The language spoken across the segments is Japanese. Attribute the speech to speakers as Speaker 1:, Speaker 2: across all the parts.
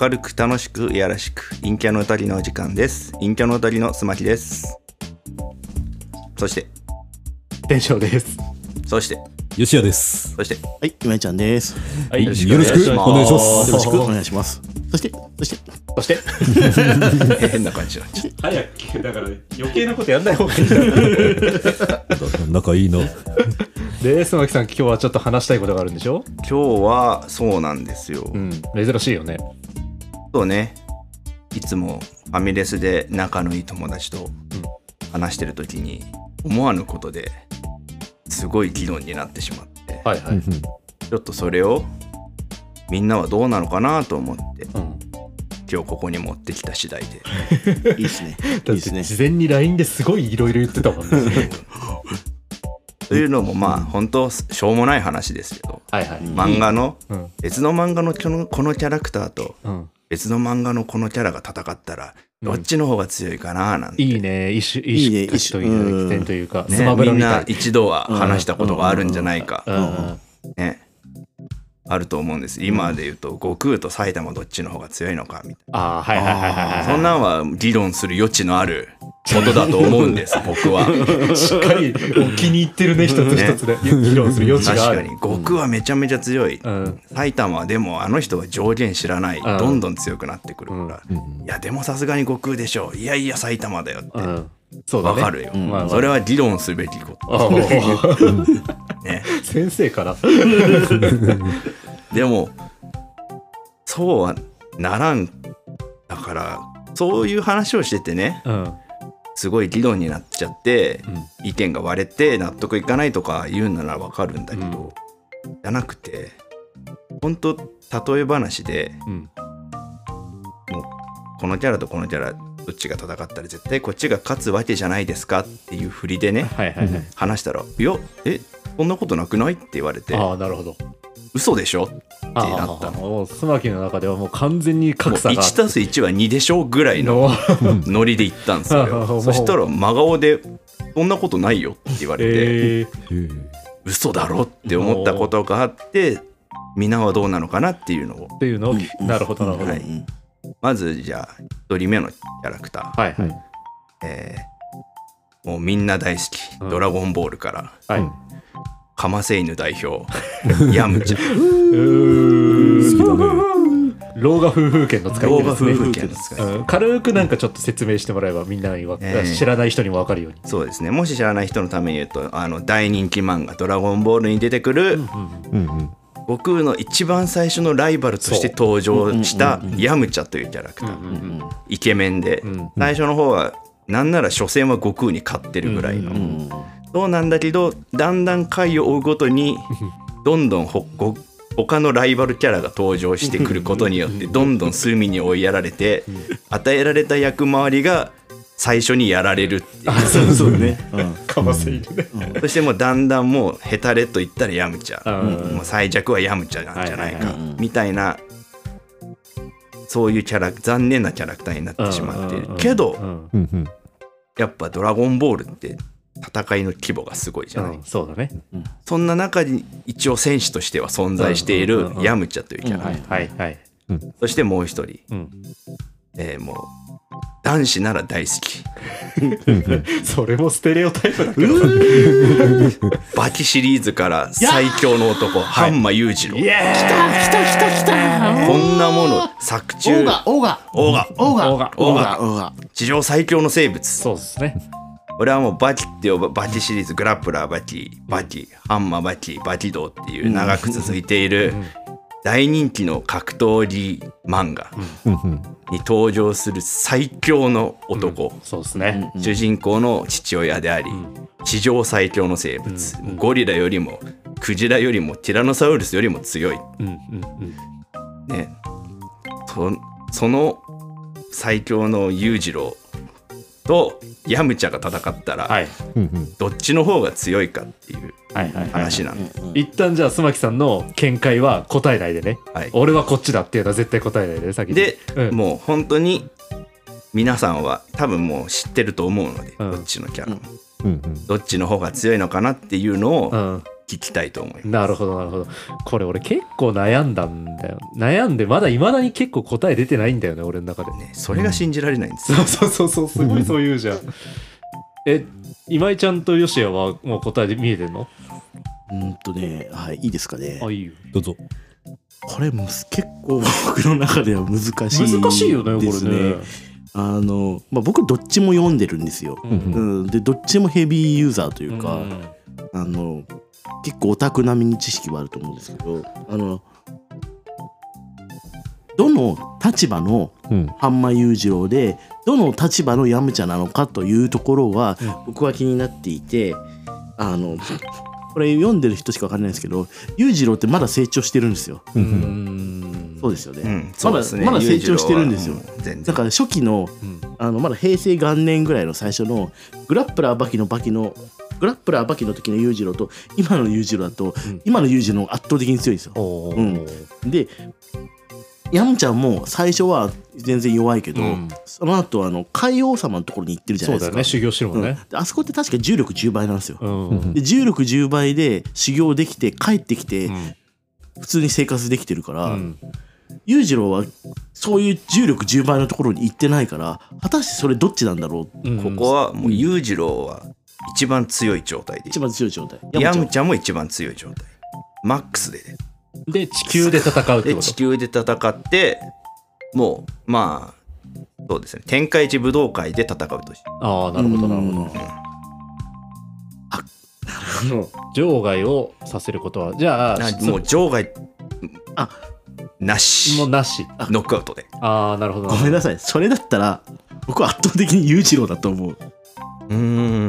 Speaker 1: 明るく楽しくやらしく陰キャの歌りのお時間です陰キャの歌りのすまきですそして
Speaker 2: テンションです。
Speaker 1: そして
Speaker 3: 吉谷です。
Speaker 1: そして
Speaker 4: はい、今井ちゃんです。
Speaker 5: はい、
Speaker 3: よろしくお願いします。
Speaker 4: よろしくお願いします。そして、そして、
Speaker 2: そして、
Speaker 1: 変な感じになっちゃっ
Speaker 5: 早く、だから余計なことやんない方がいい。
Speaker 3: 仲いいの。
Speaker 2: で、須磨木さん、今日はちょっと話したいことがあるんでしょ
Speaker 1: た今日はそうなんですよ、
Speaker 2: うん、珍しいよね。
Speaker 1: そうねいつもファミレスで仲のいい友達と話してる時に思わぬことですごい議論になってしまって
Speaker 2: はいはい。うん
Speaker 1: ちょっとそれをみんなはどうなのかなと思って今日ここに持ってきた次第で
Speaker 4: いいですね。い
Speaker 2: だ
Speaker 4: い
Speaker 2: っ
Speaker 4: です
Speaker 2: て
Speaker 4: ね。
Speaker 2: 事前に LINE ですごいいろいろ言ってたもんね。
Speaker 1: というのもまあ本当しょうもない話ですけど
Speaker 2: はいはい。
Speaker 1: 漫画の
Speaker 2: うん。
Speaker 1: 別の漫画のこのこのキャラクターと
Speaker 2: うん。
Speaker 1: 別の漫画のこのキャラが戦ったらどっちの方が強いかななんて、
Speaker 2: いいね、一種、一
Speaker 4: いいね
Speaker 2: 種
Speaker 4: 一
Speaker 2: と
Speaker 4: 種
Speaker 2: いう点というか、
Speaker 1: ね
Speaker 2: スマブ
Speaker 1: み
Speaker 2: ラ
Speaker 1: ん
Speaker 2: みた。
Speaker 1: ない一度は話したことがあるんじゃないか、
Speaker 2: うんうん
Speaker 1: ね、あると思うんです今で言うと悟空と埼玉どっちの方が強いのかみたい
Speaker 2: ああ、はいはいはいはいはい。
Speaker 1: なそんなんは議論する余地のあることだと思うん です僕は。
Speaker 2: しっかりお気に入ってるね、一つ一つで。議論する余地
Speaker 1: 確
Speaker 2: があ
Speaker 1: か
Speaker 2: る
Speaker 1: に。悟空はめちゃめちゃ強い、
Speaker 2: うん。
Speaker 1: 埼玉はでもあの人は上限知らない、
Speaker 2: ん
Speaker 1: どんどん強くなってくるから、いやでもさすがに悟空でしょいやいや埼玉だよって
Speaker 2: うん。そうだ
Speaker 1: わ
Speaker 2: ね。
Speaker 1: かるよ、
Speaker 2: んまあまあ
Speaker 1: それは議論すべきこ
Speaker 2: あ ー。
Speaker 1: とね
Speaker 2: 先生から。
Speaker 1: でもそうはならんだからそういう話をしててね
Speaker 2: うん。
Speaker 1: すごい議論になっちゃって、
Speaker 2: う
Speaker 1: 意見が割れて納得いかないとか言うならわかるんだけど、じゃなくて本当例え話で
Speaker 2: うん。
Speaker 1: このキャラとこのキャラどっちが戦ったら絶対こっちが勝つわけじゃないですかっていう振りでね
Speaker 2: はいはいはい。
Speaker 1: 話したら「いやえそんなことなくない?」って言われて
Speaker 2: ああ、なるほど。
Speaker 1: 「嘘でしょ?」って
Speaker 2: あ
Speaker 1: なったの。も
Speaker 2: もうスマキの中ではもう完全に
Speaker 1: う
Speaker 2: 格差があっ
Speaker 1: 1たす1は2でしょぐらいの
Speaker 2: の
Speaker 1: ノリで行ったんです
Speaker 2: ああも
Speaker 1: よ
Speaker 2: う
Speaker 1: そしたら真顔で「そんなことないよ」って言われて
Speaker 2: ええ
Speaker 1: 「嘘だろ?」って思ったことがあって皆はどうなのかなっていうのを
Speaker 2: っていうのを
Speaker 4: うん
Speaker 2: なるほどなるほど
Speaker 1: は
Speaker 2: はいい
Speaker 1: まずじゃあ1人目のキャラクター、
Speaker 2: はい
Speaker 1: えーもうみんな大好き「
Speaker 2: うん
Speaker 1: ドラゴンボール」から
Speaker 2: はい
Speaker 1: カマセイヌ代表ヤムチャ
Speaker 3: 好きだね。
Speaker 2: 老化夫婦権の使い
Speaker 1: 動画
Speaker 2: 手で
Speaker 1: 夫
Speaker 2: すね
Speaker 1: 婦権ですかね
Speaker 2: うん軽くなんかちょっと説明してもらえばみんなにわ
Speaker 1: ええ
Speaker 2: 知らない人にも分かるように
Speaker 1: そうですねもし知らない人のために言うとあの大人気漫画「ドラゴンボール」に出てくる
Speaker 3: うんうん。
Speaker 1: 悟空の一番最初のライバルとして登場したヤムチャというキャラクター、イケメンで、
Speaker 2: ん
Speaker 1: 最初の方はなんなら初戦は悟空に勝ってるぐらいの、そうなんだけどだんだん回を追うごとにどんどんほご他のライバルキャラが登場してくることによってどんどん隅に追いやられて与えられた役回りが最初にやられるっていう
Speaker 4: そうそうね。うん
Speaker 2: かませいるね
Speaker 1: そしてもうだんだんもうヘタレと言ったらヤムチャ、
Speaker 2: うん
Speaker 1: もう最弱はヤムチャなんじゃない
Speaker 2: はい
Speaker 1: か
Speaker 4: はいはい
Speaker 1: みたいなそういうキャラ残念なキャラクターになってしまっている
Speaker 2: うん
Speaker 1: けど
Speaker 2: うん
Speaker 3: うんうん。
Speaker 1: やっぱ「ドラゴンボール」って戦いの規模がすごいじゃない、
Speaker 2: うんそうだね
Speaker 1: そんな中に一応選手としては存在してい
Speaker 2: うん
Speaker 1: る
Speaker 2: うんうんうん
Speaker 1: ヤムチャというキャラ、
Speaker 2: はいはいはい
Speaker 1: そしてもう一人、
Speaker 2: うん
Speaker 1: えーもう男子なら大好き
Speaker 2: それもステレオタイプだけど
Speaker 1: バキシリーズから最強の男半間裕次郎、
Speaker 2: イエーイ
Speaker 1: こんなもの作中
Speaker 4: オガ、オガ、
Speaker 1: オガ
Speaker 4: オガ、
Speaker 2: オガ
Speaker 4: オガ、オガ。
Speaker 1: 史上最強の生物
Speaker 2: そうですね
Speaker 1: 俺はもうバキって呼ばバキシリーズグラップラーバキバキハンマーバキバキ道っていう長く続いている大人気の格闘技漫画
Speaker 3: うんうん。
Speaker 1: に登場する最強の男、
Speaker 2: そうですね
Speaker 1: 主人公の父親であり、史上最強の生物、ゴリラよりもクジラよりもティラノサウルスよりも強い、
Speaker 2: うんうんうん
Speaker 1: ね、そその最強の裕次郎とヤムチャが戦ったら、
Speaker 2: はい
Speaker 3: うんうん。
Speaker 1: どっちの方が強いかっていう
Speaker 2: はいはいはい
Speaker 1: 話なんで、
Speaker 2: 一旦じゃあ須磨木さんの見解は答えないでね、
Speaker 1: はい
Speaker 2: 俺はこっちだっていうのは絶対答えないでね先に
Speaker 1: で、
Speaker 2: うん
Speaker 1: もう本当に皆さんは多分もう知ってると思うので、
Speaker 2: うん
Speaker 1: どっちのキャラも、
Speaker 3: うんうん。
Speaker 1: どっちの方が強いのかなっていうのを
Speaker 2: うん、
Speaker 1: 聞聞きたいと思います。
Speaker 2: なるほどなるほどこれ俺結構悩んだんだよ悩んでまだいまだに結構答え出てないんだよね俺の中で
Speaker 1: ね、それが信じられないんですよ。
Speaker 6: そうそうそうそう、すごいそう言うじゃん。
Speaker 2: え今井ちゃんとよしやはもう答えで見えてんの
Speaker 4: うーんとね、はい、いいですかね。
Speaker 2: あいいよ
Speaker 3: どうぞ。
Speaker 4: これも結構僕の中では難しいです、ね。
Speaker 2: 難しいよねこれね
Speaker 4: あの、まあ、僕どっちも読んでるんですよ。
Speaker 2: うん
Speaker 3: うん
Speaker 4: うん、でどっちもヘビーユーザーというか、
Speaker 2: うん
Speaker 4: あの結構オタク並みに知識はあると思うんですけどあのどの立場の
Speaker 3: うん。
Speaker 4: 半間裕次郎でどの立場のヤムチャなのかというところは僕は気になっていてあのこれ読んでる人しか分かんないんですけど裕次郎ってまだ成長してるんですよ。
Speaker 3: う
Speaker 2: うんん
Speaker 4: そうですよね、
Speaker 1: うん、そうですね。
Speaker 4: まだまだ成長してるんですよ
Speaker 1: 裕次郎はうん全
Speaker 4: だ
Speaker 1: 然。
Speaker 4: から初期の
Speaker 2: うん
Speaker 4: あのまだ平成元年ぐらいの最初のグラップラーバキのバキのグラップラーバキの時の裕次郎と今の裕次郎だと、
Speaker 2: うん
Speaker 4: 今の裕次郎の方が圧倒的に強いんですよ。
Speaker 2: おー
Speaker 4: うんでヤムちゃんも最初は全然弱いけど、
Speaker 2: うん
Speaker 4: その後あの海王様のところに行ってるじゃな
Speaker 2: そ
Speaker 4: いうで
Speaker 2: だ
Speaker 4: す
Speaker 2: よね修
Speaker 4: か。
Speaker 2: 行してるもんね
Speaker 4: うんであそこって確か重力10倍なんですよ。
Speaker 2: うん
Speaker 3: うん
Speaker 4: で重力10倍で修行できて帰ってきて
Speaker 2: うん
Speaker 4: 普通に生活できてるから、
Speaker 2: うん
Speaker 4: 裕次郎はそういう重力10倍のところに行ってないから果たしてそれどっちなんだろう
Speaker 2: うん
Speaker 1: ここはもう裕次郎は一番強い状態で
Speaker 4: 一。番強い状態
Speaker 1: ヤ
Speaker 4: ちゃ
Speaker 1: ム
Speaker 4: ん
Speaker 1: ちゃんも一番強い状態。マックスで。
Speaker 2: で地球で戦うって
Speaker 1: で
Speaker 2: こ
Speaker 1: 地
Speaker 2: と
Speaker 1: 球で戦ってもうまあそうですね天下一武道会で戦うとし
Speaker 2: ああなるほどなるほど場外をさせることはじゃあ
Speaker 1: な
Speaker 2: 質
Speaker 1: もう場外
Speaker 4: あ
Speaker 1: なし
Speaker 2: もうなし
Speaker 1: ノックアウトで
Speaker 2: ああなるほど
Speaker 4: ごめんなさいそれだったら僕は圧倒的に裕次郎だと思う
Speaker 1: うーん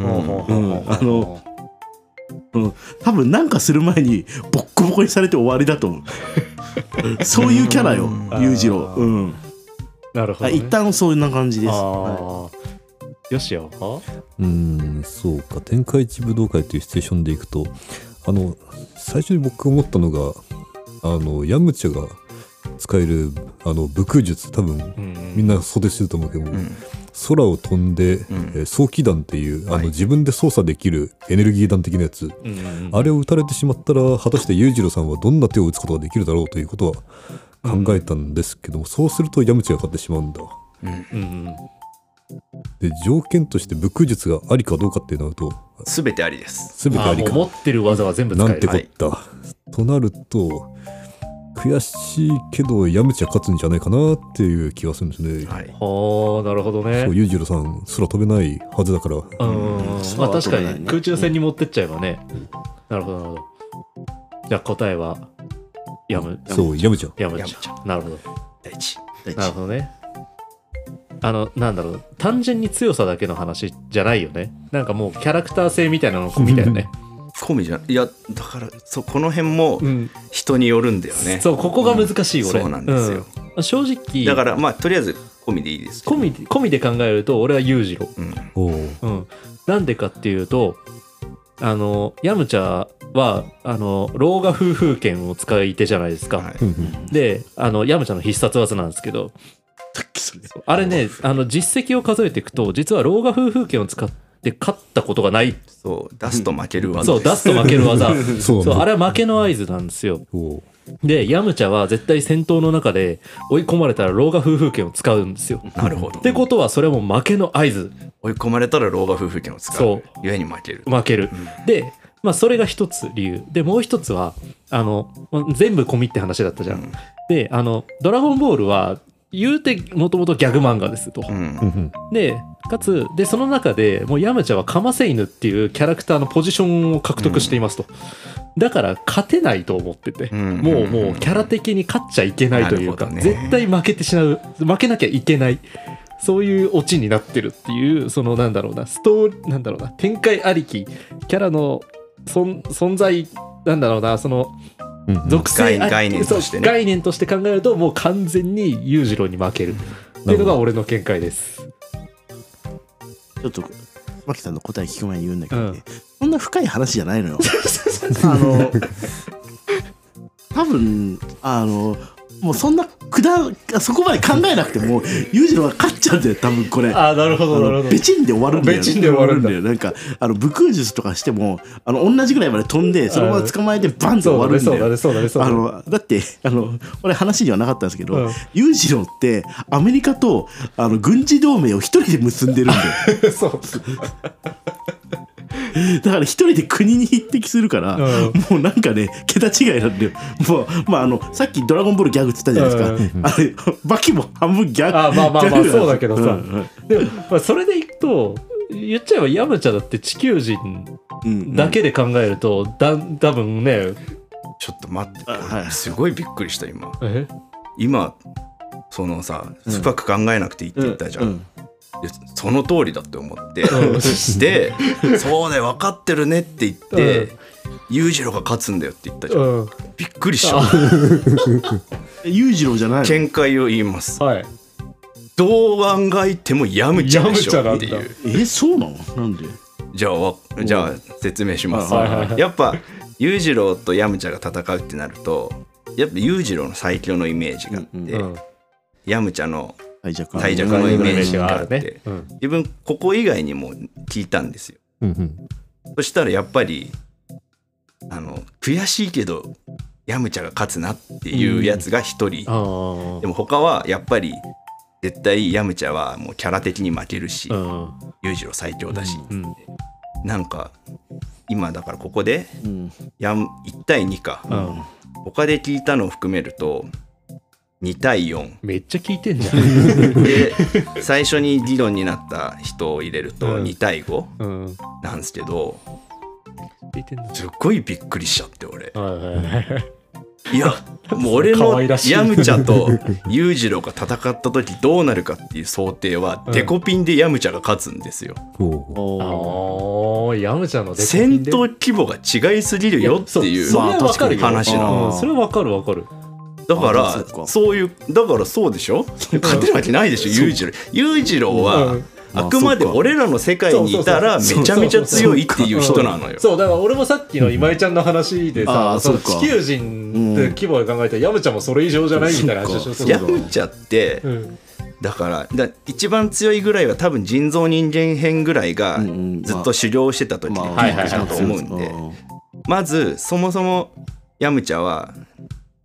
Speaker 4: うんあの多分なんかする前にボッコボコにされて終わりだと思 うそういうキャラよ
Speaker 1: うん
Speaker 4: 裕次郎うん
Speaker 2: なるほ
Speaker 4: あ
Speaker 2: どね
Speaker 4: 一旦そんな感じです
Speaker 2: あ
Speaker 4: は
Speaker 2: あよしやは
Speaker 3: うん、そうか天下一武道会というシチュエーションでいくとあの最初に僕思ったのがあのヤムチャが使えるあの武空術多分みんな想定してると思うけど、
Speaker 1: ん
Speaker 3: 空を飛んで、えー早期弾っていう、あの自分で操作できるエネルギー弾的なやつ、あれを撃たれてしまったら果たして裕次郎さんはどんな手を打つことができるだろうということは考えたんですけども、そうするとヤムチャが勝ってしまうんだ。
Speaker 2: うん
Speaker 3: で条件として武空術がありかどうかってなると
Speaker 1: 全てありです
Speaker 3: 全て
Speaker 2: あ
Speaker 3: あ
Speaker 2: あ
Speaker 3: り
Speaker 2: もう
Speaker 3: か
Speaker 2: 持ってる技は全部使
Speaker 3: な
Speaker 2: え
Speaker 3: んて
Speaker 2: る
Speaker 3: こった、となると悔しいけどヤムチャ勝つんじゃないかなっていう気がするんですね、
Speaker 1: はい
Speaker 2: はあなるほどね
Speaker 3: そう裕次郎さん空飛べないはずだから
Speaker 2: うん
Speaker 4: そう
Speaker 2: まあ確か
Speaker 4: そうだ
Speaker 2: に
Speaker 4: ね
Speaker 2: 空中戦に持ってっちゃえばねなるほどなるほどじゃあ答えはやむ
Speaker 3: そうヤムチャ
Speaker 2: やむ
Speaker 1: やむ
Speaker 2: ちゃんなるほど
Speaker 1: 第一
Speaker 4: い
Speaker 2: なるほどね。あの、なんだろう、単純に強さだけの話じゃないよね。なんかもうキャラクター性みたいなの込みだよね。
Speaker 1: 込みじゃないいやだからそうこの辺も
Speaker 2: うん。
Speaker 1: 人によるんだよね、
Speaker 2: そう、ここが難しい、
Speaker 1: うん
Speaker 2: 俺。
Speaker 1: そうなんですよ
Speaker 2: うん正直、
Speaker 1: だからまあとりあえず込みでいいですけど
Speaker 2: 込み、込みで考えると、俺は裕次郎。
Speaker 1: うん
Speaker 3: おう
Speaker 2: うん。なんでかっていうと、あの、ヤムチャは、あの、老化夫婦権を使い手じゃないですか。
Speaker 1: はい
Speaker 3: うんうん
Speaker 2: で、あの、ヤムチャの必殺技なんですけど、
Speaker 4: さっきそれ
Speaker 2: あれね、あの、実績を数えていくと、実は老化夫婦権を使って勝ったことがない
Speaker 1: そう出すと負けるわ
Speaker 2: そう、出すと負ける技。
Speaker 3: そう
Speaker 2: そう、
Speaker 3: なん
Speaker 2: あ
Speaker 3: だ
Speaker 2: れは負けの合図なんですよ。
Speaker 3: おう
Speaker 2: で、ヤムチャは絶対戦闘の中で追い込まれたら老化夫婦権を使うんですよ。
Speaker 1: なるほど
Speaker 2: ってことは、それはもう負けの合図、
Speaker 1: 追い込まれたら老化夫婦権を使う
Speaker 2: そう
Speaker 1: 故に負ける
Speaker 2: 負ける。で、まあ、それが一つ理由。で、もう一つは、あの、全部込みって話だったじゃん。で、あの、ドラゴンボールは、言うて、もともとギャグ漫画ですと。
Speaker 1: うん
Speaker 3: うんうん
Speaker 2: で、かつ、で、その中でもうヤムチャはカマセイヌっていうキャラクターのポジションを獲得していますと。だから、勝てないと思ってて、
Speaker 1: ん
Speaker 2: もうもうキャラ的に勝っちゃいけないというか、
Speaker 1: なるほどね
Speaker 2: 絶対負けてしまう、負けなきゃいけない。そういうオチになってるっていう、そのなんだろうな、ストーリー、なんだろうな、展開ありき、キャラの存存在、なんだろうな、その
Speaker 3: うんうん
Speaker 2: 属性あり
Speaker 1: 概概念としてね
Speaker 2: そう概念として考えると、もう完全に裕次郎に負ける。っていうのが俺の見解です。
Speaker 4: ちょっとマキさんの答え聞く前に言うんだけ
Speaker 2: う
Speaker 4: ど、
Speaker 2: ん
Speaker 4: ねそんな深い話じゃない のよあの多分あのもうそんなくだそこまで考えなくても裕次郎が勝っちゃうんだよ多分これ。
Speaker 2: ああなるほどなるほど
Speaker 4: ベチンで終わるんだよ。
Speaker 2: ベチンで終わるんだ
Speaker 4: なんか、あの、武空術とかしても、あの、同じぐらいまで飛んで、そのまま捕まえて、バンと終わるんだ
Speaker 2: そうだ
Speaker 4: よ
Speaker 2: ね。そうだねそうだ
Speaker 4: あ
Speaker 2: ねそうだね
Speaker 4: のだってあのこれ話にはなかったんですけ
Speaker 2: う
Speaker 4: ど
Speaker 2: ん
Speaker 4: 裕次郎ってアメリカとあの軍事同盟を一人で結んでるんだよ
Speaker 2: そう
Speaker 4: だから一人で国に匹敵するから、
Speaker 2: うん
Speaker 4: もうなんかね桁違いなんだよもう、まあ、あのさっき「ドラゴンボールギャグ」っつったじゃないですか、あれバキも半分ギャグ
Speaker 2: あまあまあ
Speaker 4: ギ
Speaker 2: まあ
Speaker 4: ャグなんですよ
Speaker 2: そうだけどさ
Speaker 4: うんうん
Speaker 2: でも、まあ、それでいくと言っちゃえばヤムチャだって地球人
Speaker 4: うん
Speaker 2: だけで考えると、だ多分ね
Speaker 1: ちょっと待って、
Speaker 4: あはい
Speaker 1: 俺すごいびっくりした今
Speaker 2: え
Speaker 1: 今そのさ
Speaker 4: ん
Speaker 1: 深く考えなくていいって言ったじゃん、
Speaker 4: うん
Speaker 1: でその通りだって思って、
Speaker 2: うん
Speaker 1: で「そうだよ分かってるね」って言って
Speaker 2: うん
Speaker 1: 「裕次郎が勝つんだよ」って言ったじゃん、
Speaker 2: うん
Speaker 1: びっくりした
Speaker 4: 裕次郎じゃないの
Speaker 1: 見解を言います
Speaker 2: はい
Speaker 1: どう考えてもヤムチャでし
Speaker 2: ヤムチャな
Speaker 1: ょ
Speaker 2: ん
Speaker 1: って
Speaker 2: だ
Speaker 1: いう
Speaker 4: えそうなのなんで
Speaker 1: じゃあわじゃあ説明します、
Speaker 2: はいはいはい
Speaker 1: やっぱ裕次郎とヤムチャが戦うってなるとやっぱ裕次郎の最強のイメージがあって、
Speaker 4: うん
Speaker 2: うん
Speaker 1: ヤムチャの
Speaker 4: 最弱
Speaker 1: 最弱のイメージがあっ
Speaker 2: イメージ
Speaker 1: て
Speaker 2: があるね
Speaker 1: 自分ここ以外にも聞いたんですよ
Speaker 3: うんうん
Speaker 1: そしたらやっぱりあの悔しいけどヤムチャが勝つなっていうやつが一人、
Speaker 2: あ
Speaker 1: でも他はやっぱり絶対ヤムチャはもうキャラ的に負けるし
Speaker 2: あうん
Speaker 1: 裕次郎最強だし、
Speaker 2: うん
Speaker 1: なんか今だからここで
Speaker 4: うん
Speaker 1: ヤム1対2か、
Speaker 2: うん
Speaker 1: 他で聞いたのを含めると2対4
Speaker 2: めっちゃ聞いてんじゃん
Speaker 1: で最初に議論になった人を入れると
Speaker 2: うん
Speaker 1: 2対5
Speaker 2: うん
Speaker 1: なんですけど
Speaker 2: 聞いてんだ
Speaker 1: すっごいびっくりしちゃって俺
Speaker 2: はいはいはい
Speaker 1: いやもう俺の
Speaker 2: 可愛らしい
Speaker 1: ヤムチャと裕次郎が戦った時どうなるかっていう想定は
Speaker 2: うん
Speaker 1: デコピンでヤムチャが勝つんですよ
Speaker 3: ほう
Speaker 2: ああヤムチャのデコピ
Speaker 1: 戦
Speaker 2: ンで
Speaker 1: 闘規模が違いすぎるよってい
Speaker 2: やそうそれはわかるよ
Speaker 1: まあ確かに話な
Speaker 4: の
Speaker 2: うんそれはわかるわかる
Speaker 1: だか
Speaker 4: あそう
Speaker 1: ら
Speaker 4: か
Speaker 1: そういうだからそうでしょ勝てるわけないでしょ裕次郎裕次郎は
Speaker 2: うん
Speaker 1: あくまで俺らの世界にいたらめ
Speaker 2: そうそうそう
Speaker 1: ちゃめちゃ強いっていう人なのよ
Speaker 2: そうだから俺もさっきの今井ちゃんの話で
Speaker 4: あ
Speaker 2: さそ
Speaker 4: ー
Speaker 2: の
Speaker 4: そうか
Speaker 2: 地球人って規模で考えたらヤムチャもそれ以上じゃないみたいな話でしょ
Speaker 4: そ
Speaker 2: そうう
Speaker 1: ヤ
Speaker 4: か
Speaker 1: ムチャって
Speaker 2: うん
Speaker 1: だからだ一番強いぐらいは多分人造人間編ぐらいが
Speaker 4: うんうん
Speaker 1: ずっと修行してた時に
Speaker 4: まあ
Speaker 2: はいはいはい
Speaker 1: だと思うんでまずそもそもヤムチャは、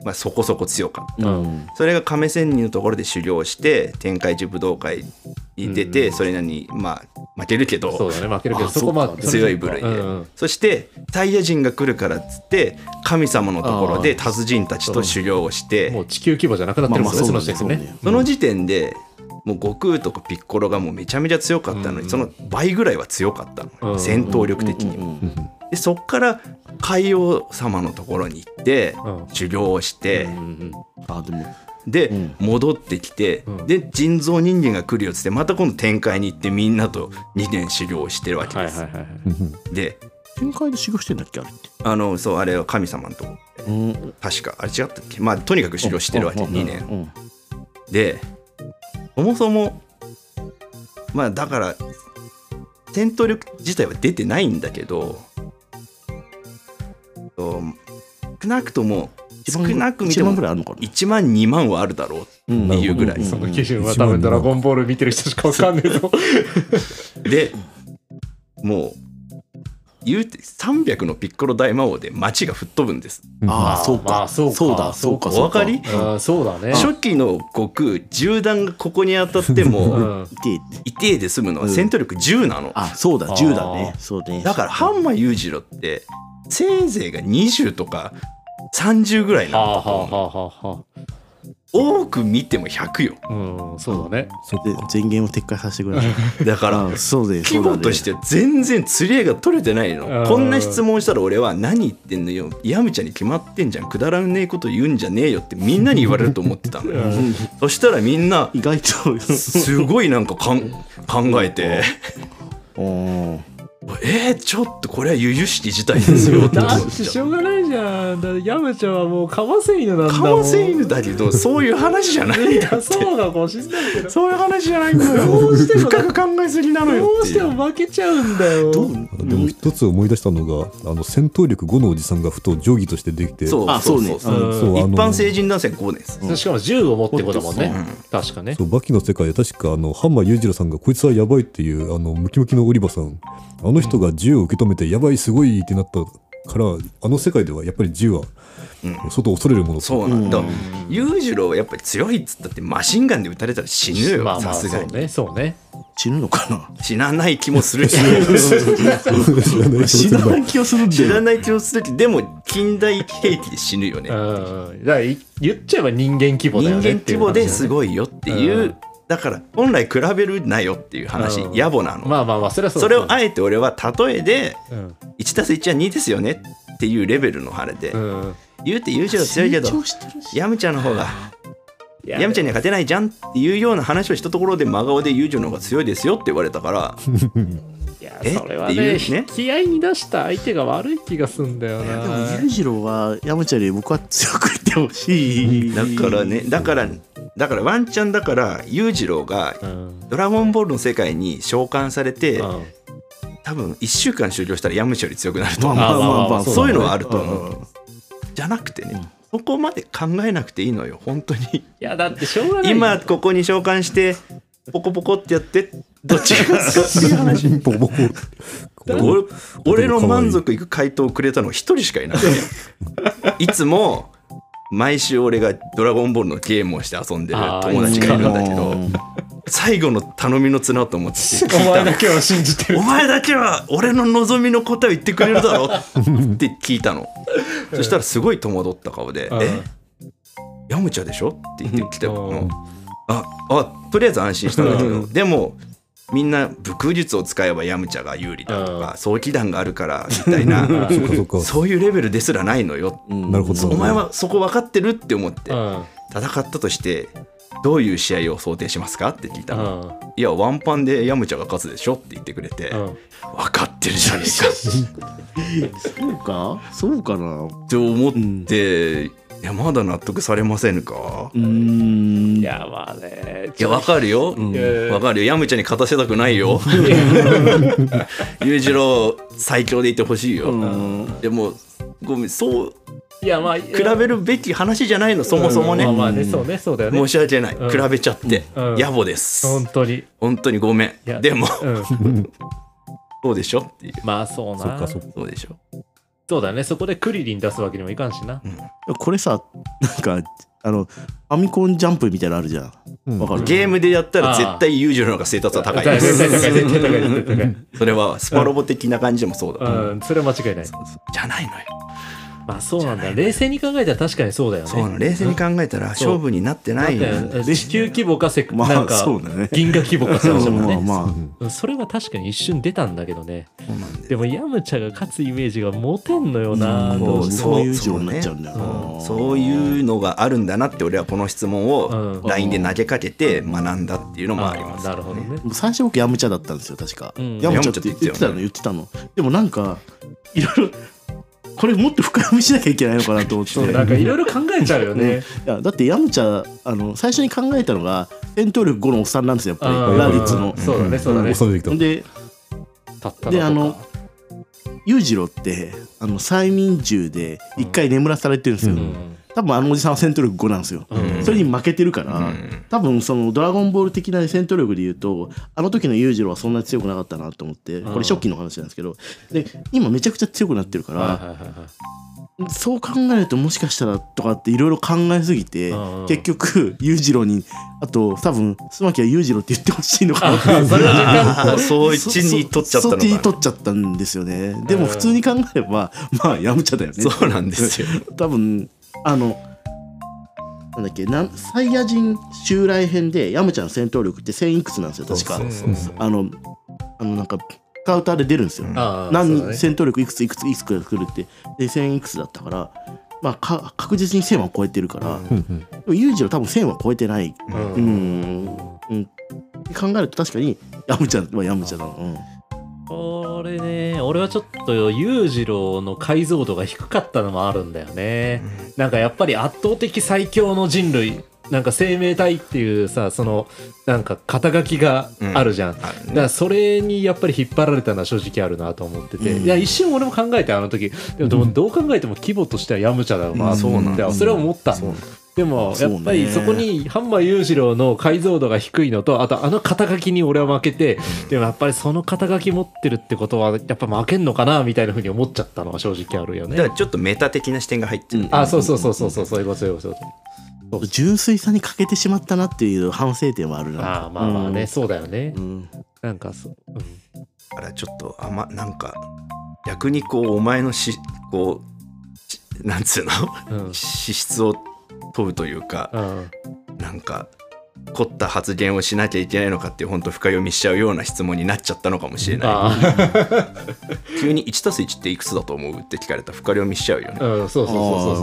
Speaker 1: まあ、そこそこ強かった
Speaker 4: うん
Speaker 1: それが亀仙人のところで修行して天海寺武道会に出て、
Speaker 2: うん
Speaker 1: それなりにまあ負けるけど
Speaker 2: そうだね負けるけど
Speaker 4: あ
Speaker 2: そこまで
Speaker 1: 強い部類で、
Speaker 2: うん
Speaker 1: そしてタイヤ人が来るからっつって神様のところで
Speaker 2: あー
Speaker 1: 達人たちと修行をし
Speaker 2: うん
Speaker 1: て
Speaker 2: もう地球規模じゃなくなってるもんね
Speaker 4: まあ
Speaker 2: その
Speaker 4: まあ
Speaker 2: 時点でね
Speaker 1: その時点でもう悟空とかピッコロがもうめちゃめちゃ強かったのに、
Speaker 2: うん
Speaker 1: その倍ぐらいは強かったの、
Speaker 2: うん
Speaker 1: 戦闘力的にも、
Speaker 4: も
Speaker 1: でそっから海王様のところに行って、
Speaker 2: うん
Speaker 1: 修行をして、
Speaker 2: うん
Speaker 4: あでも
Speaker 1: で、
Speaker 4: うん
Speaker 1: 戻ってきて、
Speaker 2: うん
Speaker 1: で人造人間が来るよっつってまた今度天界に行ってみんなと2年修行をしてるわけ
Speaker 2: はいは
Speaker 1: で
Speaker 2: い
Speaker 1: す。
Speaker 2: はいはい
Speaker 3: うん
Speaker 1: で
Speaker 4: 展開で修行してんだっけあれって
Speaker 1: あのそうあれは神様のとこ
Speaker 4: うん
Speaker 1: 確かあれ違ったっけまあとにかく修行してるわけ2年。
Speaker 4: 年
Speaker 1: でそもそもまあだから戦闘力自体は出てないんだけどと少なくとも少なく見て
Speaker 4: 1
Speaker 1: も
Speaker 4: 万ぐらいあるのかな
Speaker 1: 1万2万はあるだろう
Speaker 4: う
Speaker 1: っ
Speaker 4: ん
Speaker 1: ていうぐらい
Speaker 4: うん
Speaker 2: その基準は多分「ドラゴンボール」見てる人しかわかんねえぞ
Speaker 1: でもう言うて300のピッコロ大魔王で街が吹っ飛ぶんです
Speaker 3: うん
Speaker 4: ああそう
Speaker 2: ま
Speaker 4: か
Speaker 2: あそうか
Speaker 4: そうだそうか
Speaker 1: お分かり
Speaker 2: あーそうだね
Speaker 1: 初期の悟空銃弾がここに当たって
Speaker 2: う
Speaker 1: も
Speaker 2: ん
Speaker 4: 痛いって
Speaker 1: 痛えで済むのは戦闘力10なの、
Speaker 4: あそうだ
Speaker 2: あー
Speaker 4: 10だねそうね
Speaker 1: だから半間裕次郎ってせいぜいが20とか30ぐらい
Speaker 2: は
Speaker 1: なん
Speaker 2: あ
Speaker 1: だ
Speaker 2: は
Speaker 1: と
Speaker 2: あ
Speaker 1: 思う
Speaker 2: はあは
Speaker 1: 多く見ても100よ
Speaker 2: あうんそうだね
Speaker 3: そう
Speaker 4: で前言を撤回させてください
Speaker 1: だから
Speaker 4: あそうで
Speaker 1: 規模として全然釣り合いが取れてないの、
Speaker 2: うん
Speaker 1: こんな質問したら俺は「何言ってんのよヤムちゃんに決まってんじゃんくだらねえこと言うんじゃねえよ」ってみんなに言われると思ってたのよ、
Speaker 2: うん
Speaker 1: そしたらみんな
Speaker 4: 意外と
Speaker 1: すごいなんかかん考えて
Speaker 4: おー
Speaker 1: えー、ちょっとこれは由々しき事態ですよって思
Speaker 2: だ
Speaker 1: っ
Speaker 2: って
Speaker 1: ち
Speaker 2: し
Speaker 1: ゃう。
Speaker 2: ょうが ないじゃんだってヤムちゃんはもうかませ犬なんだもん
Speaker 1: かわせ犬だけどそういう話じゃ ないんだって
Speaker 2: そうだかもしれないけど
Speaker 1: そういう話じゃないんだよ
Speaker 2: どうしても
Speaker 1: 深く考えすぎなのよ
Speaker 2: どう
Speaker 1: って
Speaker 2: し
Speaker 1: い
Speaker 2: て
Speaker 1: う
Speaker 2: も負けちゃうんだよ
Speaker 4: どう
Speaker 3: でも一つ思い出したのがあの戦闘力5のおじさんがふと定規としてできて
Speaker 1: そう
Speaker 4: あ
Speaker 1: そう
Speaker 4: そう
Speaker 1: そ
Speaker 4: ね
Speaker 1: うそう
Speaker 3: そう
Speaker 1: 一
Speaker 3: あの
Speaker 1: 般成人男性5です
Speaker 2: しかも銃を持ってこともんね
Speaker 1: うん
Speaker 2: 確かね
Speaker 3: そうバキの世界で確かあのハンマー裕次郎さんが「こいつはやばい」っていうあのムキムキのオリバさんあの人が銃を受け止めて「やばいすごい」ってなったからあの世界ではやっぱり銃は相当恐れるものと
Speaker 1: そうなんだ裕次郎はやっぱり強いっつったってマシンガンで撃たれたら死ぬ
Speaker 2: まあ
Speaker 1: よ
Speaker 2: ま
Speaker 1: さ
Speaker 2: あ
Speaker 1: す
Speaker 2: そ
Speaker 1: が
Speaker 2: う
Speaker 1: に
Speaker 2: ねそうね
Speaker 4: 死ぬのかな
Speaker 1: 死なない気もす るし
Speaker 3: 知らない人
Speaker 4: 死
Speaker 3: すれ
Speaker 4: な
Speaker 3: ば
Speaker 4: ない気がするんだ
Speaker 1: 知ら
Speaker 4: よ
Speaker 1: ない気もするしでも近代兵器で死ぬよね
Speaker 2: うんだからい言っちゃえば人間規模だ
Speaker 1: 人
Speaker 2: よね
Speaker 1: 間規模です
Speaker 2: い
Speaker 1: ごいよっていう、
Speaker 2: うん
Speaker 1: だから本来比べるなよっていう話、
Speaker 2: うん
Speaker 1: 野暮なの、
Speaker 2: まあまあまあそれはそう
Speaker 1: それをあえて俺は例えで
Speaker 2: うん
Speaker 1: 1たす1は2ですよねっていうレベルの晴れで、
Speaker 2: うん
Speaker 1: 言うて裕次郎強いけど
Speaker 4: 成長してるし
Speaker 1: ヤムちゃんの方が
Speaker 2: いや
Speaker 1: ヤムちゃんには勝てないじゃんっていうような話をしたところで真顔で裕次郎の方が強いですよって言われたから
Speaker 2: いや
Speaker 1: え
Speaker 2: それは
Speaker 1: って
Speaker 2: ね
Speaker 1: いうね
Speaker 2: 気合いに出した相手が悪い気がすんだよ
Speaker 4: でも
Speaker 2: な
Speaker 4: 裕次郎は山ちゃんより僕は強く言ってほしい
Speaker 1: だからねだからだからワンチャンだから裕次郎が
Speaker 2: うん
Speaker 1: 「ドラゴンボール」の世界に召喚されて
Speaker 2: うん
Speaker 1: 多分1週間修行したらヤムチャんより強くなると思う
Speaker 4: まあまあまあまあ
Speaker 1: そういうのはあ
Speaker 4: る
Speaker 1: ると思う。じゃなくてね、そこまで考えなくていいのよ、本当に。
Speaker 2: いやだってしょうがない
Speaker 1: 今、ここに召喚して、ポコポコってやって、どっちが好きっていう話。
Speaker 3: 進歩も
Speaker 1: 俺俺の満足いく回答をくれたのは一人しかいない。 いつも、毎週俺がドラゴンボールのゲームをして遊んでる友達がいるんだけど、最後の頼みの綱と思って聞いたの
Speaker 5: お前だけは信じてる
Speaker 1: お前だけは俺の望みの答えを言ってくれる だろって聞いたのそしたらすごい戸惑った顔で「
Speaker 2: ん
Speaker 1: えヤムチャでしょ?」って言ってきたのああとりあえず安心したんだけどでもみんな武空術を使えばヤムチャが有利だとか早期弾があるからみたい な
Speaker 3: そうかそうか
Speaker 1: そういうレベルですらないのよ
Speaker 3: なるほど
Speaker 1: お前はそこ分かってるって思って
Speaker 2: うん
Speaker 1: 戦ったとしてどういう試合を想定しますかって聞いた
Speaker 2: う
Speaker 1: の
Speaker 2: ん
Speaker 1: いやワンパンでヤムチャが勝つでしょって言ってくれて、
Speaker 2: うん
Speaker 1: 分かってるじゃないか
Speaker 4: そうかそうかなう
Speaker 1: って思って、いやまだ納得されませんか、
Speaker 4: ーん
Speaker 2: いやまあね
Speaker 1: いや分かるよ、うん
Speaker 2: ん
Speaker 1: 分かるよヤムチャに勝たせたくないよ裕次郎最強でいてほしいよ、でもごめんそう
Speaker 2: いやまあ
Speaker 1: 比べるべき話じゃないのそもそもね、
Speaker 2: まあまあねそうねそうだよね
Speaker 1: 申し訳ない、
Speaker 2: うん
Speaker 1: 比べちゃって、
Speaker 2: うん
Speaker 1: 野暮です、
Speaker 2: 本当に
Speaker 1: 本当にごめ
Speaker 2: いや
Speaker 1: んでも
Speaker 2: うん
Speaker 1: そうでしょっていう
Speaker 2: まあそうな
Speaker 3: そうかそうか
Speaker 1: そうでしょ
Speaker 2: そうだねそこでクリリン出すわけにもいかんしな
Speaker 4: これさなんかあのファミコンジャンプみたいなのあるじゃ
Speaker 3: うん
Speaker 4: んわかる
Speaker 1: ゲームでやったら絶対裕次郎の方が生活は高い
Speaker 2: 高い
Speaker 1: で
Speaker 2: 高い
Speaker 1: す
Speaker 2: 高い高い高い高い
Speaker 1: それはスパロボ的な感じでもそうだ、
Speaker 2: うんそれは間違いない
Speaker 1: じゃないのよ
Speaker 2: まあそうなんだ冷静に考えたら確かにそうだよね
Speaker 1: そうなの冷静に考えたら
Speaker 2: そう
Speaker 1: 勝負になってな
Speaker 2: だっ
Speaker 1: い
Speaker 2: て
Speaker 1: よ
Speaker 2: 地球規模かせ
Speaker 4: まあ
Speaker 2: なんか
Speaker 4: そうだね
Speaker 2: 銀河規模か
Speaker 4: ん
Speaker 2: そうだもん
Speaker 4: まあ
Speaker 2: ね
Speaker 4: まあ
Speaker 2: うんそれは確かに一瞬出たんだけどね
Speaker 1: そうなんだよ
Speaker 2: でもヤムチャが勝つイメージが持てんのよな
Speaker 1: うん
Speaker 2: ど
Speaker 1: そ
Speaker 2: う
Speaker 1: う
Speaker 4: そういう情になっちゃうんだよ
Speaker 2: そ
Speaker 4: な
Speaker 1: そういうのがあるんだなって俺はこの質問
Speaker 2: うん
Speaker 1: を LINE で投げかけて学んだっていうのもあります、
Speaker 2: なるほどね
Speaker 4: もう最初僕ヤムチャだったんですよ確か、
Speaker 2: うん
Speaker 4: ヤムチャって言ってたの言ってたのでもなんかいろいろこれもっと深読みしなきゃいけないのかなと思って
Speaker 2: そうなんかいろいろ考えちゃうよね
Speaker 4: いやだってヤムチャあの最初に考えたのが戦闘力5のおっさんなんですよやっぱ
Speaker 2: うん
Speaker 4: りラリッツの
Speaker 2: そうだねそうだね
Speaker 3: 収めてきた
Speaker 4: で
Speaker 2: たった
Speaker 4: であの裕次郎ってあの催眠銃で一回眠らされてるんですよ、多分あのおじさんは戦闘力5なんですよ、
Speaker 2: うん
Speaker 4: それに負けてるから、
Speaker 1: うん
Speaker 4: 多分その「ドラゴンボール」的な戦闘力で言うとあの時の裕次郎はそんなに強くなかったなと思ってこれ初期の話なんですけどで今めちゃくちゃ強くなってるから、そう考えるともしかしたらとかっていろいろ考えすぎて
Speaker 2: うんうん
Speaker 4: 結局裕次郎にあと多分須磨は裕次郎って言ってほしいのかなって
Speaker 2: それ は
Speaker 1: あそう一に取っちゃったの
Speaker 4: そそっちに
Speaker 1: か
Speaker 4: 取っちゃったんですよねでも普通に考えればまあやむちゃだよね
Speaker 1: そうなんですよ
Speaker 4: 多分あのなんだっけなんサイヤ人襲来編でヤムチャの戦闘力って1000いくつなんですよ確か
Speaker 1: そうそうそう
Speaker 4: あのあのなんかカウンターで出るんですよ、
Speaker 2: あーそうだ
Speaker 4: 何
Speaker 2: ね
Speaker 4: 戦闘力いくついくついくつくら来るってで1000いくつだったからまあか確実に1000は超えてるから、
Speaker 3: うん
Speaker 4: でも裕次郎多分1000は超えてない
Speaker 2: うん
Speaker 4: うん、うん、って考えると確かにヤムチャはヤムチャだな、うん
Speaker 2: これね俺はちょっと裕次郎の解像度が低かったのもあるんだよね、なんかやっぱり圧倒的最強の人類なんか生命体っていうさそのなんか肩書きがあるじゃん、
Speaker 1: ある
Speaker 2: だ
Speaker 1: ね
Speaker 2: からそれにやっぱり引っ張られたのは正直あるなと思ってて、
Speaker 4: うん
Speaker 2: いや一瞬俺も考えてあの時でもどうどう考えても規模としてはヤムチャだろうな
Speaker 1: う
Speaker 2: と
Speaker 1: んそう
Speaker 2: 思
Speaker 1: な
Speaker 2: っ
Speaker 1: ん
Speaker 2: て、
Speaker 1: だ
Speaker 2: それは思った、でもやっぱりそ
Speaker 4: そうね
Speaker 2: こにハンマー裕次郎の解像度が低いのとあとあの肩書きに俺は負けてでもやっぱりその肩書き持ってるってことはやっぱ負けんのかなみたいなふうに思っちゃったのは正直あるよ
Speaker 1: だか
Speaker 2: ね
Speaker 1: らちょっとメタ的な視点が入ってる、
Speaker 2: あそうそうそうそうそうそういうことそういうこと
Speaker 4: 純粋さに欠けてしまったなっていう反省点はあるな
Speaker 2: ああまあまあね、
Speaker 4: うん
Speaker 2: そうだよね
Speaker 4: うん
Speaker 2: なんかそう、うん
Speaker 1: だからちょっとあまなんか逆にこうお前のしこうしなんつうの
Speaker 2: うん
Speaker 1: 資質を問うというか
Speaker 2: うん
Speaker 1: なんか凝った発言をしなきゃいけないのかっていう本当深読みしちゃうような質問になっちゃったのかもしれない
Speaker 2: あ
Speaker 1: 急に 1+1 っていくつだと思うって聞かれたら深読みしちゃうよね
Speaker 2: あ、うん、そうそうそ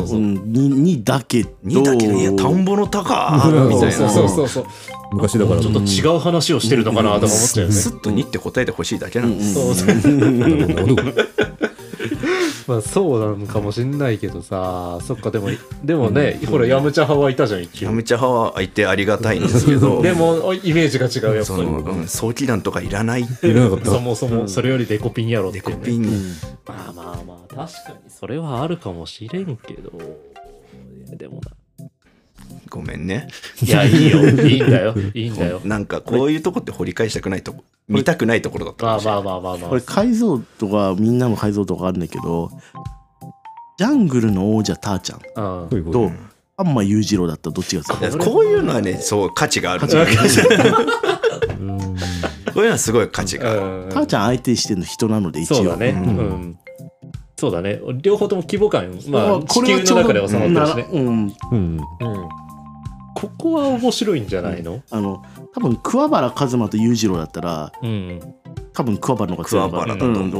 Speaker 2: うそうそうそう
Speaker 4: あーうんににだけど
Speaker 1: 2だけどいや田んぼの田かーみたいな
Speaker 2: そうそうそうそう
Speaker 3: 昔だから
Speaker 2: ちょっと違う話をしてるのかなとか思っちゃうよね
Speaker 1: スッと2って答えてほしいだけなんです、
Speaker 2: そうそう
Speaker 3: なるほど
Speaker 2: まあそうなのかもしんないけどさそっかでもでもね、これヤムチャ派はいたじゃん一
Speaker 1: や
Speaker 2: 応
Speaker 1: めちゃ派は相手ありがたいんですけど
Speaker 2: でもイメージが違うやっぱ
Speaker 1: その、
Speaker 2: り
Speaker 1: うん、早期弾とかいらない
Speaker 3: いらなかった
Speaker 2: そもそもそれよりデコピンやろってい
Speaker 1: デ
Speaker 2: うね
Speaker 1: コピン、
Speaker 2: まあまあまあ確かにそれはあるかもしれんけどいやでもな
Speaker 1: ごめんね
Speaker 2: いやいいよ いいんだよいいんだよ
Speaker 1: なんかこういうとこって掘り返したくないとこ見たくないところだった
Speaker 2: ま
Speaker 1: かもしれな
Speaker 2: あま
Speaker 1: い
Speaker 2: あまあまあまあ
Speaker 4: これ解像とかみんなの解像とかあるんだけどジャングルの王者ターちゃん
Speaker 2: うん
Speaker 3: どういうこと
Speaker 4: とハンマー裕次郎だったらどっちが好 き
Speaker 1: いやこういうのはねそう価値があるこういうのはすごい価値がある
Speaker 2: うん
Speaker 4: ターちゃん相手してるの人なので一応
Speaker 2: そうだね、う
Speaker 1: うん
Speaker 2: んそうだね両方とも規模感、まあ、地球の中では収まってるしね、
Speaker 4: うん、
Speaker 3: うん
Speaker 2: うんここは面白いんじゃないの、
Speaker 4: あの多分桑原一馬と裕次郎だったら
Speaker 2: うん、
Speaker 4: 多分桑原の方が強いのか
Speaker 1: 桑原
Speaker 4: な
Speaker 1: だと
Speaker 4: うんうんうん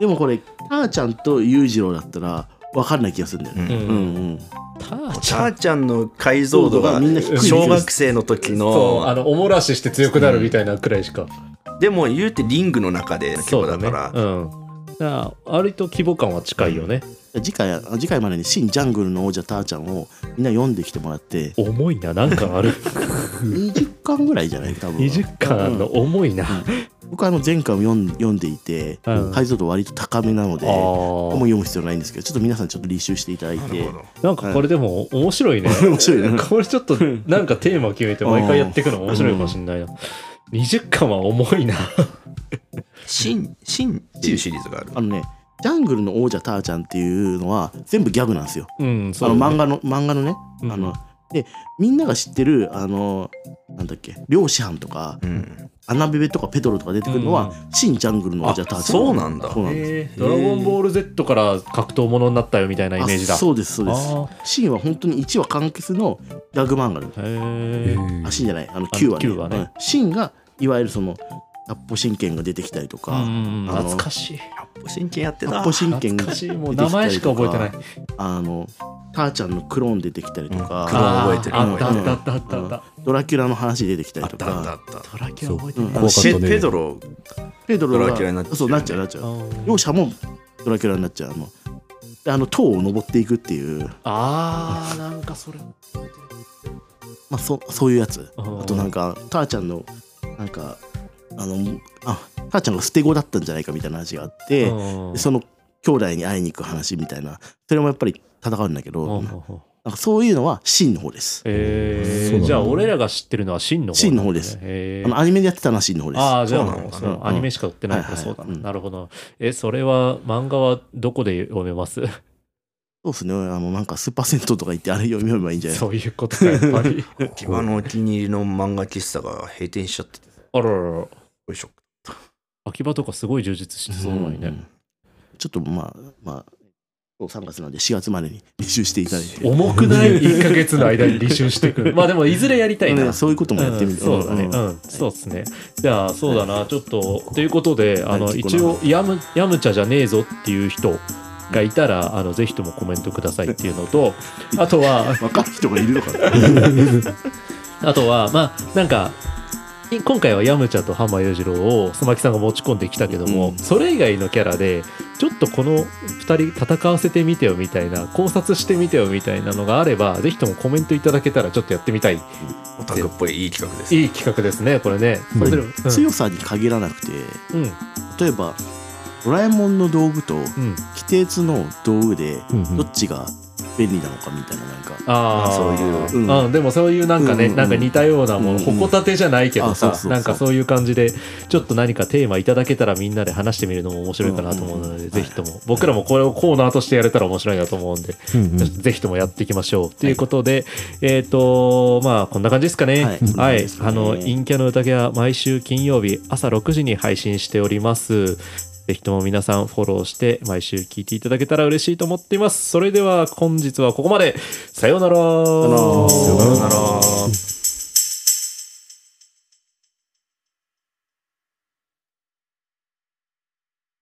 Speaker 4: でもこれターちゃんと裕次郎だったら分かんない気がするんだよね、
Speaker 2: う
Speaker 4: うんんうん、
Speaker 2: ター
Speaker 1: チ
Speaker 2: ち
Speaker 1: ャ
Speaker 2: ゃん
Speaker 1: ーちゃんの解像度が
Speaker 4: みんな低い
Speaker 1: 小学生の時
Speaker 2: そうあ
Speaker 1: の
Speaker 2: のおもらしして強くなるみたいなくらいしか、
Speaker 1: でも言うてリングの中での規
Speaker 2: そ
Speaker 1: 模
Speaker 2: うだ
Speaker 1: だ
Speaker 2: ね
Speaker 1: から
Speaker 2: うんだから割と規模感は近いよね、
Speaker 4: 次回あ次回までに「新ジャングルの王者ターちゃん」をみんな読んできてもらって
Speaker 2: 重いななんかある
Speaker 4: 20巻ぐらいじゃない多分
Speaker 2: 20巻あるの重いな、
Speaker 4: 僕はあの前回も読ん読んでいて、
Speaker 2: うん
Speaker 4: 解像度割と高めなので、
Speaker 2: あ
Speaker 4: も
Speaker 2: ー
Speaker 4: う読む必要ないんですけどちょっと皆さんちょっと履修していただい
Speaker 1: なる
Speaker 4: て
Speaker 1: ほど
Speaker 2: なんかこれでも面白いね
Speaker 4: 面白いね
Speaker 2: これちょっとなんかテーマ決めて毎回やっていくの面白いかもしんないな、20巻は重いな
Speaker 1: シンシンっていうシリーズがある
Speaker 4: あのね「ジャングルの王者ターちゃん」っていうのは全部ギャグなんですよ、
Speaker 2: うん
Speaker 4: あの漫画の漫画のね、
Speaker 2: うん
Speaker 4: あのでみんなが知ってるあのなんだっけ漁師藩とか
Speaker 1: うん
Speaker 4: アナベベとかペトロとか出てくるのは、新ジャングルの王
Speaker 1: あ
Speaker 4: 者ターちゃん
Speaker 1: そうなんだ
Speaker 4: そうなんです
Speaker 2: えードラゴンボール Z から格闘ものになったよみたいなイメージだ
Speaker 4: あそうですそうです
Speaker 2: あ
Speaker 4: シーンは本当に1話完結のギャグ漫画なんです
Speaker 2: ーへー
Speaker 4: あシーンじゃないあの9話ね
Speaker 2: 9話ね
Speaker 4: うんシーンがいわゆるその脱歩神剣が出てきたりと
Speaker 2: うん
Speaker 4: か
Speaker 2: うんうん
Speaker 4: あの
Speaker 2: 懐かしい
Speaker 1: 真剣やって
Speaker 4: 脱
Speaker 1: た
Speaker 4: 歩神剣
Speaker 2: 懐
Speaker 4: が
Speaker 2: か
Speaker 4: 出
Speaker 2: していもう
Speaker 4: き
Speaker 2: 名
Speaker 4: た
Speaker 2: 前し
Speaker 4: り
Speaker 2: か
Speaker 4: と
Speaker 2: 覚えてない
Speaker 4: かあのターちゃんのクローン出てきたりと
Speaker 1: うんクローン
Speaker 4: か、
Speaker 2: あー
Speaker 1: 覚えてる
Speaker 2: あったあ
Speaker 4: 覚え
Speaker 2: ってた
Speaker 4: る
Speaker 2: あったあったあった
Speaker 4: ドラキュラの話出てきたり
Speaker 1: あっ
Speaker 4: と
Speaker 1: たあったあ
Speaker 4: か
Speaker 1: った
Speaker 2: ドラキュラ覚えて
Speaker 4: う
Speaker 2: る
Speaker 4: ん
Speaker 3: 怖かっ
Speaker 1: シ
Speaker 3: た
Speaker 1: ェペ
Speaker 3: ね
Speaker 1: ドロ
Speaker 4: ペドロ
Speaker 1: ド
Speaker 4: が
Speaker 1: ラキュラになっちゃうよね
Speaker 4: そうなっちゃうなっちゃう両者もドラキュラになっちゃうあのであの塔を登っていくっていう、
Speaker 2: あーなんかそれ
Speaker 4: まあ、そそういうやつ
Speaker 2: あー
Speaker 4: あとなんかターちゃんのなんかあのあターちゃんが捨て子だったんじゃないかみたいな話があって、
Speaker 2: うん
Speaker 4: でその兄弟に会いに行く話みたいなそれもやっぱり戦うんだけ
Speaker 2: うんう
Speaker 4: ど
Speaker 2: んうん
Speaker 4: なんかそういうのは真の方です、
Speaker 2: え
Speaker 3: そう
Speaker 2: ー
Speaker 3: だ
Speaker 2: じゃあ俺らが知ってるのは真の方
Speaker 4: 真の方です
Speaker 2: へ
Speaker 4: あの
Speaker 2: ー
Speaker 4: アニメでやってたのは真の方です
Speaker 2: ああじゃあ
Speaker 1: そうなのかな
Speaker 2: そうアニメしか売ってないから
Speaker 4: うんはい
Speaker 2: そ
Speaker 4: は
Speaker 2: う
Speaker 4: い
Speaker 2: だ
Speaker 4: うん
Speaker 2: なるほどえそれは漫画はどこで読めます
Speaker 4: そうですねあのなんかスーパー銭湯とか行ってあれ読み読めばいいんじゃない
Speaker 2: そういうことかやっぱり
Speaker 1: 自分のお気に入りの漫画喫茶が閉店しちゃってて
Speaker 2: あららら
Speaker 1: よいしょ
Speaker 2: 秋葉とかすごい充実してそうなのに
Speaker 4: う
Speaker 2: ね
Speaker 4: んちょっとまあまあそう3月なんで4月までに練習していただいて、
Speaker 2: 重くない 1ヶ月の間に履修してい くまあでもいずれやりたいな、
Speaker 4: ねそういうこともやってみ
Speaker 2: うん
Speaker 4: る
Speaker 2: そうだね、うん
Speaker 4: ん
Speaker 2: そうですねじゃあそうだなちょっとということであの
Speaker 4: はい
Speaker 2: 一応やむやむちゃじゃねえぞっていう人がいたらあのぜひともコメントくださいっていうのとあとは
Speaker 4: 若い人がいるのかな
Speaker 2: あとはまあなんか近今回はヤムチャと浜裕次郎を須磨木さんが持ち込んできたけども、
Speaker 4: うん
Speaker 2: それ以外のキャラでちょっとこの2人戦わせてみてよみたいな考察してみてよみたいなのがあればぜひともコメントいただけたらちょっとやってみたい
Speaker 1: オタクっぽいいい企画ですね
Speaker 2: いい企画ですねこれね。
Speaker 3: これ
Speaker 2: それうん
Speaker 4: 強さに限らなくて
Speaker 2: うん
Speaker 4: 例えばドラえもんの道具と
Speaker 2: うん、
Speaker 4: 規定図の道具で
Speaker 3: うんうん
Speaker 4: どっちが便利なのかみたいななんか、
Speaker 2: ああ
Speaker 1: そういう
Speaker 4: うん
Speaker 2: あでもそういうなんかね、
Speaker 4: うんうん
Speaker 2: なんか似たようなもの、
Speaker 4: うんうん
Speaker 2: ほこたてじゃないけど
Speaker 4: あそう
Speaker 2: さ
Speaker 4: そうそう
Speaker 2: なんかそういう感じでちょっと何かテーマいただけたらみんなで話してみるのも面白いかなと思うので、
Speaker 4: うんうん
Speaker 2: ぜひとも、僕らもこれをコーナーとしてやれたら面白いなと思うんで、
Speaker 3: うんうん
Speaker 2: ぜひともやっていきましょうということで、えっ、とまあこんな感じですかね
Speaker 4: はい
Speaker 2: はい、
Speaker 4: うん
Speaker 2: あの
Speaker 4: ね
Speaker 2: 陰キャの宴は毎週金曜日朝6時に配信しておりますぜひとも皆さんフォローして毎週聞いていただけたら嬉しいと思っていますそれでは本日はここまでさようなら
Speaker 4: さようなら
Speaker 3: さよな
Speaker 1: な
Speaker 3: ら
Speaker 1: るほど